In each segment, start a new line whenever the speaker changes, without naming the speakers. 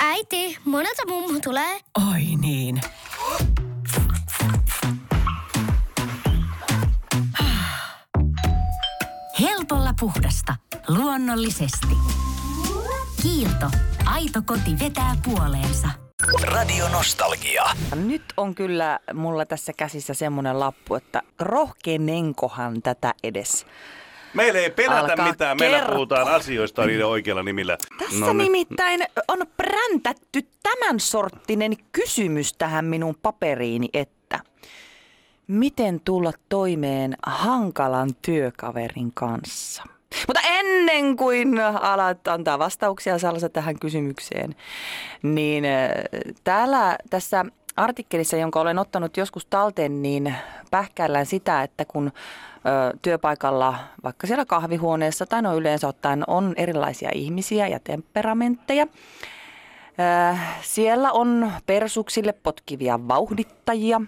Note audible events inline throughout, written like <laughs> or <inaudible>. Äiti, monelta mummu tulee.
Oi niin. Helpolla puhdasta. Luonnollisesti. Kiilto. Aito koti vetää puoleensa.
Radio Nostalgia.
Nyt on kyllä mulla tässä käsissä semmoinen lappu, että rohkenenkohan tätä edes.
Meillä ei pelätä
Alkaa
mitään, meillä
kertoa.
puhutaan asioista niiden oikeilla nimillä.
Tässä niin.
No nyt-
nimittäin on präntätty tämän sorttinen kysymys tähän minun paperiini, että miten tulla toimeen hankalan työkaverin kanssa? Mutta ennen kuin alat antaa vastauksia Salsa tähän kysymykseen, niin äh, täällä tässä artikkelissa, jonka olen ottanut joskus talteen, niin pähkäillään sitä, että kun ö, työpaikalla, vaikka siellä kahvihuoneessa tai no yleensä ottaen on erilaisia ihmisiä ja temperamentteja, Äh, Siellä on persuksille potkivia vauhdittajia.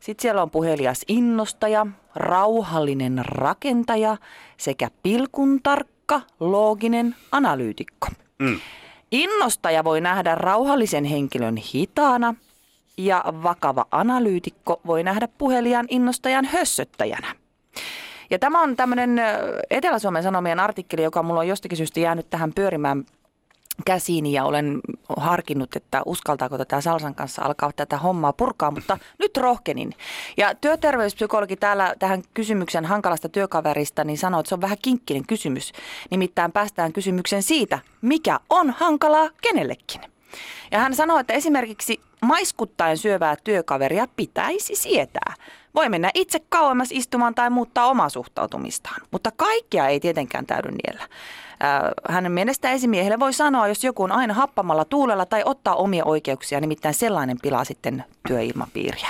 Sitten siellä on puhelias innostaja, rauhallinen rakentaja sekä pilkuntarkka, looginen analyytikko.
Mm.
Innostaja voi nähdä rauhallisen henkilön hitaana ja vakava analyytikko voi nähdä puhelijan innostajan hössöttäjänä. Ja tämä on tämmöinen ö, Etelä-Suomen Sanomien artikkeli, joka mulla on jostakin syystä jäänyt tähän pyörimään käsiini ja olen harkinnut, että uskaltaako tätä Salsan kanssa alkaa tätä hommaa purkaa, mutta nyt rohkenin. Ja työterveyspsykologi täällä tähän kysymyksen hankalasta työkaverista niin sanoo, että se on vähän kinkkinen kysymys. Nimittäin päästään kysymykseen siitä, mikä on hankalaa kenellekin. Ja hän sanoo, että esimerkiksi maiskuttaen syövää työkaveria pitäisi sietää. Voi mennä itse kauemmas istumaan tai muuttaa omaa suhtautumistaan, mutta kaikkia ei tietenkään täydy niellä. Äh, Hänen mielestä esimiehelle voi sanoa, jos joku on aina happamalla tuulella tai ottaa omia oikeuksia, nimittäin sellainen pilaa sitten työilmapiiriä.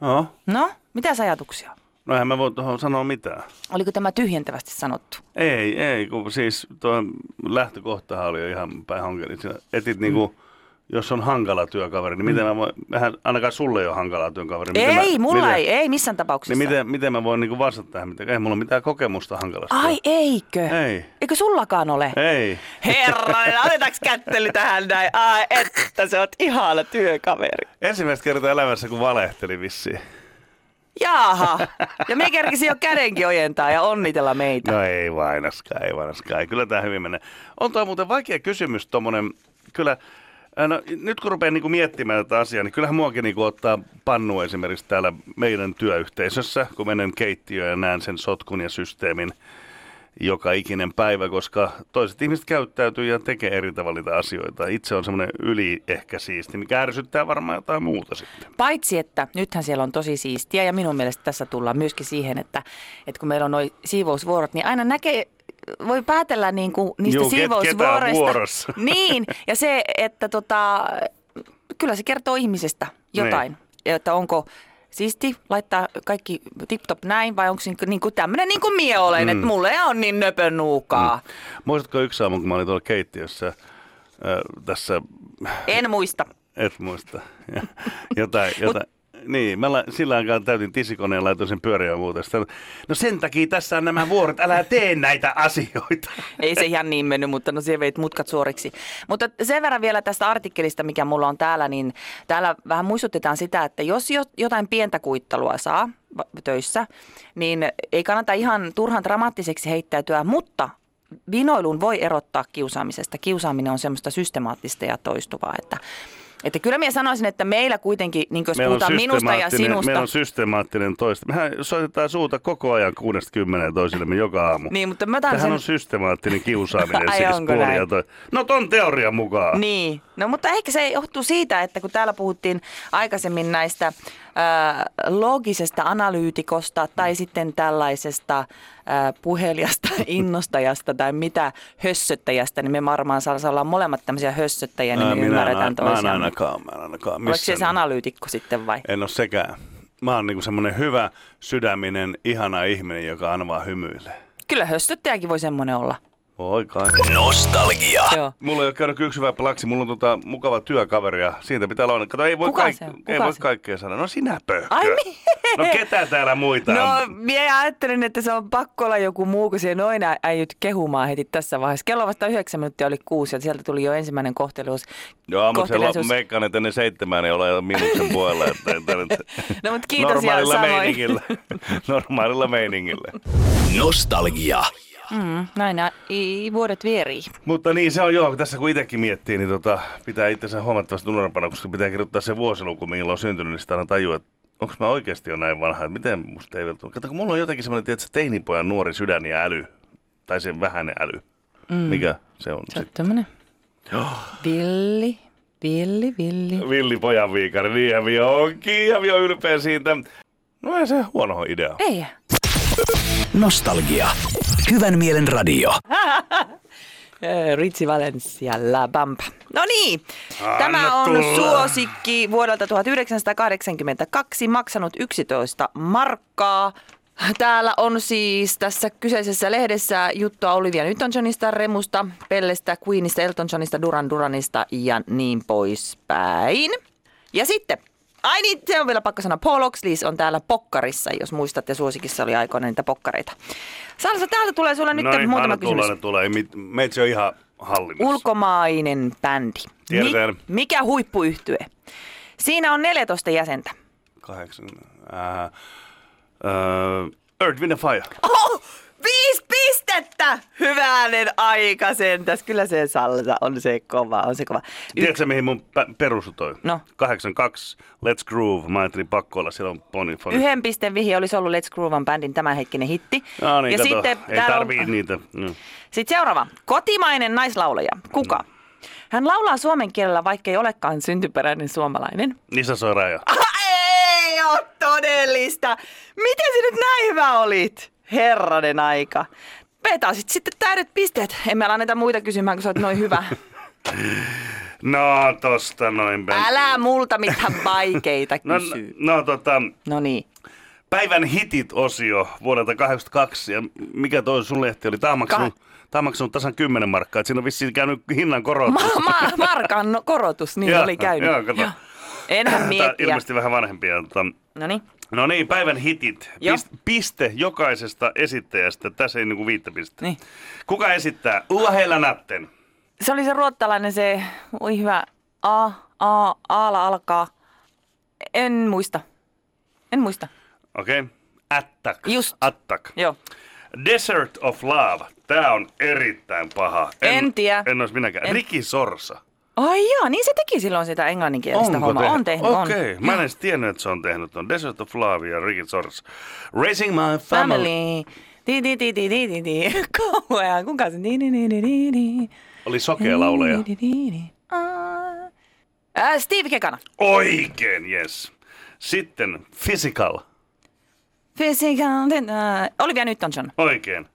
No,
No, mitä ajatuksia?
no eihän mä voi tuohon sanoa mitään.
Oliko tämä tyhjentävästi sanottu?
Ei, ei, kun siis tuo lähtökohtahan oli jo ihan päihonkelin. Sä etit
Mm.
niinku, jos on hankala työkaveri, niin miten mä voin, vähän, ainakaan sulle ei ole hankala työkaveri. Miten
ei,
Niin mä,
mulla
miten,
ei, ei missään tapauksessa.
Niin miten, miten mä voin niinku vastata tähän? mitenkään? Ei mulla ole mitään kokemusta hankalasta.
Ai eikö?
Ei.
Eikö sullakaan ole?
Ei.
Herranen, otetaanko kättely tähän näin? Ai, että sä oot ihana työkaveri.
Ensimmäistä kertaa elämässä, kun valehteli vissiin.
Jaaha. Ja me kerkisi jo kädenkin ojentaa ja onnitella meitä.
No ei vainaskaan, ei vainaskaan. Ei, Kyllä tämä hyvin menee. On tämä muuten vaikea kysymys tuommoinen, kyllä, ää, no, nyt kun rupean niinku miettimään tätä asiaa, niin kyllähän muakin niinku ottaa pannu esimerkiksi täällä meidän työyhteisössä, kun menen keittiöön ja näen sen sotkun ja systeemin joka ikinen päivä, koska toiset ihmiset käyttäytyy ja tekee eri tavalla niitä asioita. Itse on semmoinen yli ehkä siisti, mikä ärsyttää varmaan jotain muuta sitten.
Paitsi, että nythän siellä on tosi siistiä ja minun mielestä tässä tullaan myöskin siihen, että, että kun meillä on noi siivousvuorot, niin aina näkee, voi päätellä niin kuin niistä
Juu, ket- ketä on
siivousvuoroista.
vuorossa.
<laughs> Niin, ja se, että tota, kyllä se kertoo ihmisestä jotain, niin. että onko siisti laittaa kaikki tip-top näin vai onko se niin kuin tämmöinen niin kuin mie olen, mm. että mulle on niin nöpön nuukaa. Mm.
Muistatko yksi aamu, kun mä olin tuolla keittiössä ää, tässä
En muista.
Et muista. Ja, jotain, jotain. Niin, mä la, sillä aikaa täytin tisikoneen ja laitoin sen pyöriä muuten. Sitten- No sen takia tässä on nämä vuoret, älä tee näitä asioita.
Ei se ihan niin mennyt, mutta no se veit mutkat suoriksi. Mutta sen verran vielä tästä artikkelista, mikä mulla on täällä, niin täällä vähän muistutetaan sitä, että jos jo- jotain pientä kuittelua saa va- töissä, niin ei kannata ihan turhan dramaattiseksi heittäytyä, mutta vinoilun voi erottaa kiusaamisesta. Kiusaaminen on semmoista systemaattista ja toistuvaa, että että kyllä minä sanoisin, että meillä kuitenkin, niin jos meillä puhutaan minusta ja
systemaattinen-
sinusta.
Meillä on systemaattinen toista. Mehän soitetaan suuta koko ajan kuudesta kymmeneen toisillemme joka aamu.
Niin, mutta mä otan
Tähän
sen-
on systemaattinen
<laughs>
kiusaaminen
Ai,
siis.
onko
puoli
näin?
ja toi- No ton teorian mukaan.
Niin, no mutta ehkä se johtuu siitä, että kun täällä puhuttiin aikaisemmin näistä ää, loogisesta
Mm.
analyytikosta tai sitten tällaisesta ää, puhelijasta, <laughs> innostajasta tai mitä hössöttäjästä, niin me varmaan saa ollaan molemmat tämmöisiä hössöttäjiä, niin
Ää,
me ymmärretään
en, mä en
toisiaan.
ainakaan, mä en ainakaan.
Oliko se
missään
se analyytikko sitten vai?
En ole sekään. Mä oon niinku semmonen hyvä sydäminen, ihana ihminen, joka aina vaan hymyilee.
Kyllä hössöttäjäkin voi semmoinen olla.
Oi kai.
Nostalgia.
Joo.
Mulla ei ole käynyt yksi hyvä plaksi, mulla on tota mukava työkaveri ja siitä pitää olla. onni- Kato, ei voi,
Kuka
kaik-
se on?
ei
Kuka
voi
se on?
kaikkea sanoa. No sinä pöhkö.
Ai mi-
No ketä täällä muita
No,
on?
minä ajattelin, että se on pakko olla joku muu, kun se noin ä- äidyt kehumaan heti tässä vaiheessa. Kello on vasta yhdeksän minuuttia oli kuusi ja sieltä tuli jo ensimmäinen kohteluus.
Joo, mutta se
kohteliaisuus.
loppu meikkaan, että ne seitsemään ei ole miinuksen puolella. Että, että, että,
No, mut <laughs> kiitos ja
Normaalilla
samoin. <laughs>
meiningillä. Normaalilla meiningillä.
Nostalgia.
Mm, näin ä- i- vuodet vierii.
Mutta niin se on joo, tässä kun itsekin miettii, niin tota, pitää itsensä huomattavasti nuorempana, koska pitää kirjoittaa se vuosiluku, milloin on syntynyt, niin sitä aina tajuu, että onko mä oikeasti jo näin vanha, että miten musta ei vielä tule. Kato, kun mulla on jotenkin semmoinen, tiedätkö, teinipojan nuori sydän ja äly, tai sen vähäinen äly, mm. mikä se on.
Sä oot tämmönen villi, villi, villi.
Villi pojan viikari, niinhän minä onkin, ja minä on ylpeä siitä. No ei se huono idea.
Ei.
Nostalgia. Hyvän mielen radio.
Ee, <laughs> Ritsi Valencia La Bamba. No niin,
Anna
tämä on
tulla.
suosikki vuodelta 1982 maksanut 11 markkaa. Täällä on siis tässä kyseisessä lehdessä juttua Olivia Newton-Johnista, Remusta, Pellestä, Queenista, Elton Johnista, Duran Duranista ja niin poispäin. Ja sitten, ai niin, se on vielä pakko sanoa, Paul Oxley on täällä pokkarissa, jos muistatte, suosikissa oli aikoina niitä pokkareita. Salsa, täältä tulee sulle no nyt
niin,
muutama
anna
kysymys.
Tulla, anna tulla. Ei mit- Meitsi on ihan hallinnassa.
Ulkomainen bändi.
Tiedetään.
mikä huippuyhtye? Siinä on 14 jäsentä.
Kahdeksan. Äh, äh, Earth, Wind and Fire.
Oh, viisi pistettä! Hyvänen aika sentäs. Kyllä se salsa on se kova, on se kova. Y-
Tiedätkö mihin mun pä- perusu toi?
No.
82, Let's Groove. Mä ajattelin pakko olla, siellä on Bonnie Foni.
yhden pisteen vihje olisi ollut Let's Groovan bändin tämänhetkinen hitti.
No niin,
ja
kato.
sitten
ei
täällä
tarvii
on,
niitä. No.
Sitten seuraava. Kotimainen naislaulaja. Kuka?
Mm.
Hän laulaa suomen kielellä, vaikkei olekaan syntyperäinen suomalainen.
Niissä soi raja.
Ei ole todellista. Miten sä nyt näin hyvä olit? Herranen aika. Petasit sitten täydet pisteet. En mä anneta muita kysymään, kun sä oot noin
<laughs>
hyvä.
No tosta noin. Ben.
Älä multa mitään vaikeita
No,
kysy.
no tota,
No niin.
päivän hitit-osio vuodelta 82. Ja mikä toi sun lehti oli? Tämä on maksanut,
Ka-
tää on maksanut tasan 10 markkaa. Et siinä on vissiin käynyt hinnan korotus.
Ma- ma- markan no- korotus, niin
Joo,
oli käynyt.
joo, kato.
Enhän
Tää on
miettiä.
ilmeisesti vähän vanhempia. Tota,
No niin.
No niin, päivän hitit.
Joo.
Pist, piste jokaisesta esittäjästä. Tässä ei niinku viittä pistettä.
Niin.
Kuka esittää? Ulla Heilanatten.
Se oli se ruottalainen se, oi hyvä, A, A, Aala alkaa. En muista. En muista.
Okei. Okay. Attak.
Just.
Attak.
Joo.
Desert of Love. Tää on erittäin paha.
En tiedä.
En olisi minäkään.
En-
Riki Sorsa.
Ai jaa, niin se teki silloin sitä englanninkielistä hommaa.
tehnyt?
On tehnyt, on.
Okei, okay. mä en edes tiennyt, että se on tehnyt ton Desert of Love ja Riki Sorsa. Raising My Family.
Family. Ti ti ti ti ti ti ti. <laughs> Kauhean, kuka se? Ni ni ni ni ni ni.
Oli sokea lauleja.
Ni, ni, ni, ni. Ah. Äh, Steve Kekana.
Oikein, yes. Sitten Physical.
Physical, then, äh, Olivia Newton-John.
Oikein.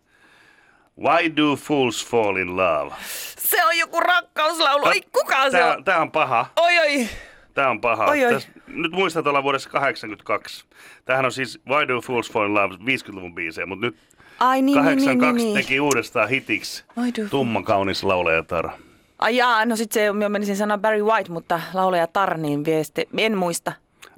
Why do fools fall in love?
Se on joku rakkauslaulu. Oi, kuka se
tää,
on?
Tää on paha.
Oi, oi.
Tää on paha.
Oi, oi.
Täs, nyt muistat olla vuodessa 82. Tämähän on siis Why Do Fools Fall in Love 50-luvun biisejä, mutta nyt
Ai niin, niin, niin,
82
niin, niin.
teki uudestaan hitiksi.
Why do-
Tumma kaunis laulajatar.
Ai jaa, no sit se, mä menisin sanoa Barry White, mutta laulaja Tarniin viesti. En muista.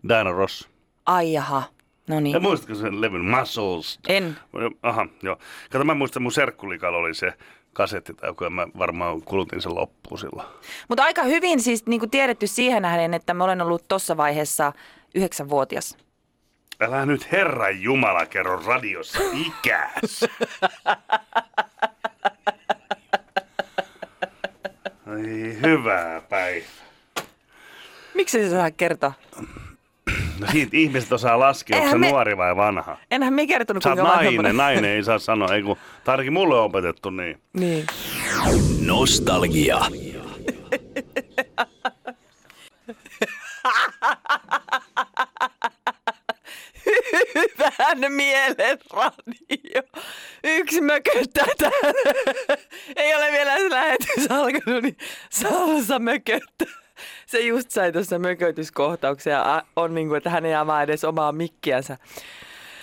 Diana Ross.
Ai jaha. No niin.
Ja muistatko sen levyn Muscles?
En.
Aha, joo. Kato, mä muistan mun serkkulikalla oli se kasetti tai joku, ja mä varmaan kulutin sen loppuun silloin.
Mutta aika hyvin siis niin kuin tiedetty siihen nähden, että mä olen ollut tuossa vaiheessa yhdeksänvuotias.
Älä nyt Herran Jumala kerro radiossa ikäs. Ai, hyvää päivää.
Miksi se saa kertoa?
No siitä ihmiset osaa laskea, onko se
Eihän me-
nuori vai vanha.
Enhän me kertonut,
Sä oot
kuinka vanha.
nainen, nainen ei saa sanoa, ei kun, tai ainakin mulle on opetettu niin.
Niin.
Nostalgia.
Hyvän mielen radio. Yksi mököttää täällä. Ei ole vielä se lähetys alkanut, niin Salsa mököttää. Se just sai tuossa mökötyskohtauksen ja a- on niin kuin, että hän ei avaa edes omaa mikkiänsä.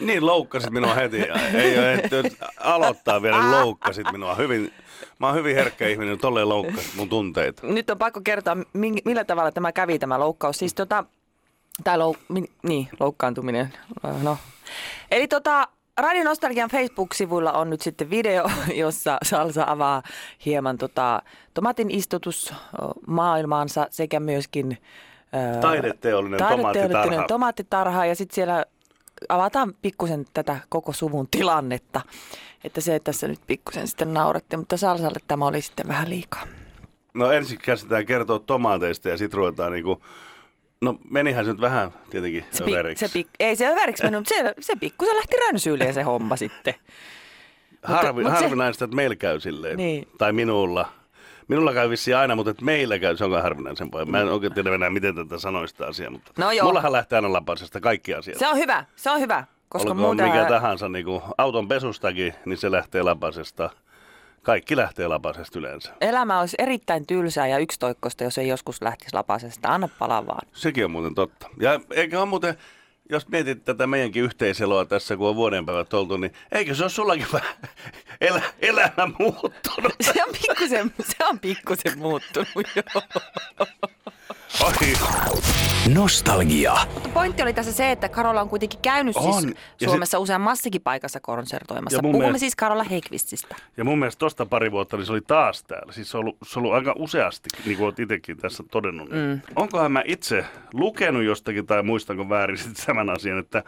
Niin, loukkasit minua heti. Ei ole ehtinyt aloittaa vielä, niin loukkasit minua. Hyvin, mä oon hyvin herkkä ihminen, tolleen loukkasit mun tunteita.
Nyt on pakko kertoa, mi- millä tavalla tämä kävi tämä loukkaus. Siis tota, tai lou, mi, niin, loukkaantuminen. No. Eli tota, Radio Nostalgian Facebook-sivuilla on nyt sitten video, <laughs> jossa Salsa avaa hieman tota, tomatin istutusmaailmaansa sekä myöskin ö,
Taideteollinen tomaattitarha.
tomaattitarha. Ja sitten siellä avataan pikkusen tätä koko suvun tilannetta. Että se tässä nyt pikkusen sitten nauratti, mutta Salsalle tämä oli sitten vähän liikaa.
No ensin käsitään kertoa tomaateista ja sit ruvetaan niinku... No menihän se nyt vähän tietenkin
Se, pik,
överiksi.
se pik, ei se överiksi mennyt, mutta se, se pikkusen lähti rönsyyliin se homma
<laughs>
sitten.
Harvi,
mutta se-
harvinaista, että meillä käy silleen.
Niin.
Tai minulla. Minulla käy vissiin aina, mutta että meillä käy, se on kai harvinaisempaa. Mä en oikein tiedä enää, miten tätä sanoista sitä asiaa, mutta
No joo.
mullahan lähtee aina lapasesta kaikki asiat.
Se on hyvä, se on hyvä, koska
Olkoon
muuten...
mikä tahansa, niin kuin auton pesustakin, niin se lähtee lapasesta. Kaikki lähtee lapasesta yleensä.
Elämä olisi erittäin tylsää ja yksitoikkoista, jos ei joskus lähtisi lapasesta. Anna palaa vaan. <laughs>
Sekin on muuten totta. Ja eikä on muuten, jos mietit tätä meidänkin yhteiseloa tässä, kun on vuodenpäivät oltu, niin eikö se ole sullakin vähän <laughs> elä, elämä muuttunut?
Se on pikkusen, se on pikkusen muuttunut joo.
Oi,
Nostalgia.
Pointti oli tässä se, että Karola on kuitenkin käynyt
On.
siis
Ja
Suomessa useammassakin paikassa konsertoimassa.
Ja mun
Puhumme
mielestä-
siis Karola Heikvististä.
Ja mun mielestä tosta pari vuotta niin se oli taas täällä. Siis se on ollut, se on ollut aika useasti, niin kuin olet itsekin tässä todennut. Mm. Onkohan mä itse lukenut jostakin tai muistanko väärin <laughs> sit tämän asian, että,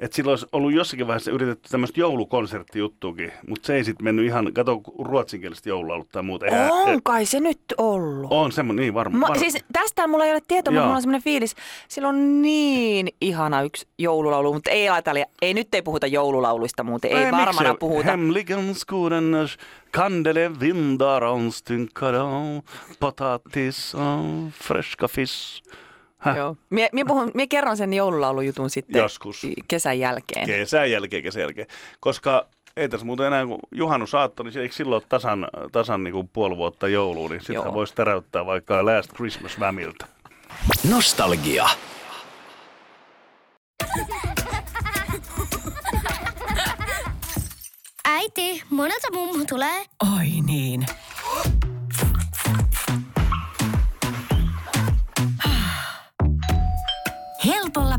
että silloin olisi ollut jossakin vaiheessa yritetty tämmöistä joulukonserttijuttuukin, mutta se ei sitten mennyt ihan, kato kun ruotsinkielistä joulua ollut tai muuta. Eihän-
On kai se nyt ollut.
On semmoinen, niin varmaan.
Mä,
varma.
siis tästä mulla ei ole tietoa, mutta
Joo.
mulla on semmoinen fiilis. Sillä on niin ihana yksi joululaulu, mutta ei laita, li- ei nyt ei puhuta joululauluista muuten, ei, varmana puhuta.
Hemligen skodeners kandele vindar anstynkar av potatis av färska fisk. Häh?
Joo. Mie, mie, puhun, mie kerron sen joululaulujutun sitten
Joskus.
kesän jälkeen.
Kesän jälkeen, kesän jälkeen. Koska ei tässä muuten enää, kun juhannus aatto, niin se- eikö silloin ole tasan, tasan niin kuin puoli vuotta jouluun, niin
Joo.
sitten voisi täräyttää vaikka Last Christmas Vämiltä.
Nostalgia.
Äiti, monelta mummu tulee?
Oi niin. Helpolla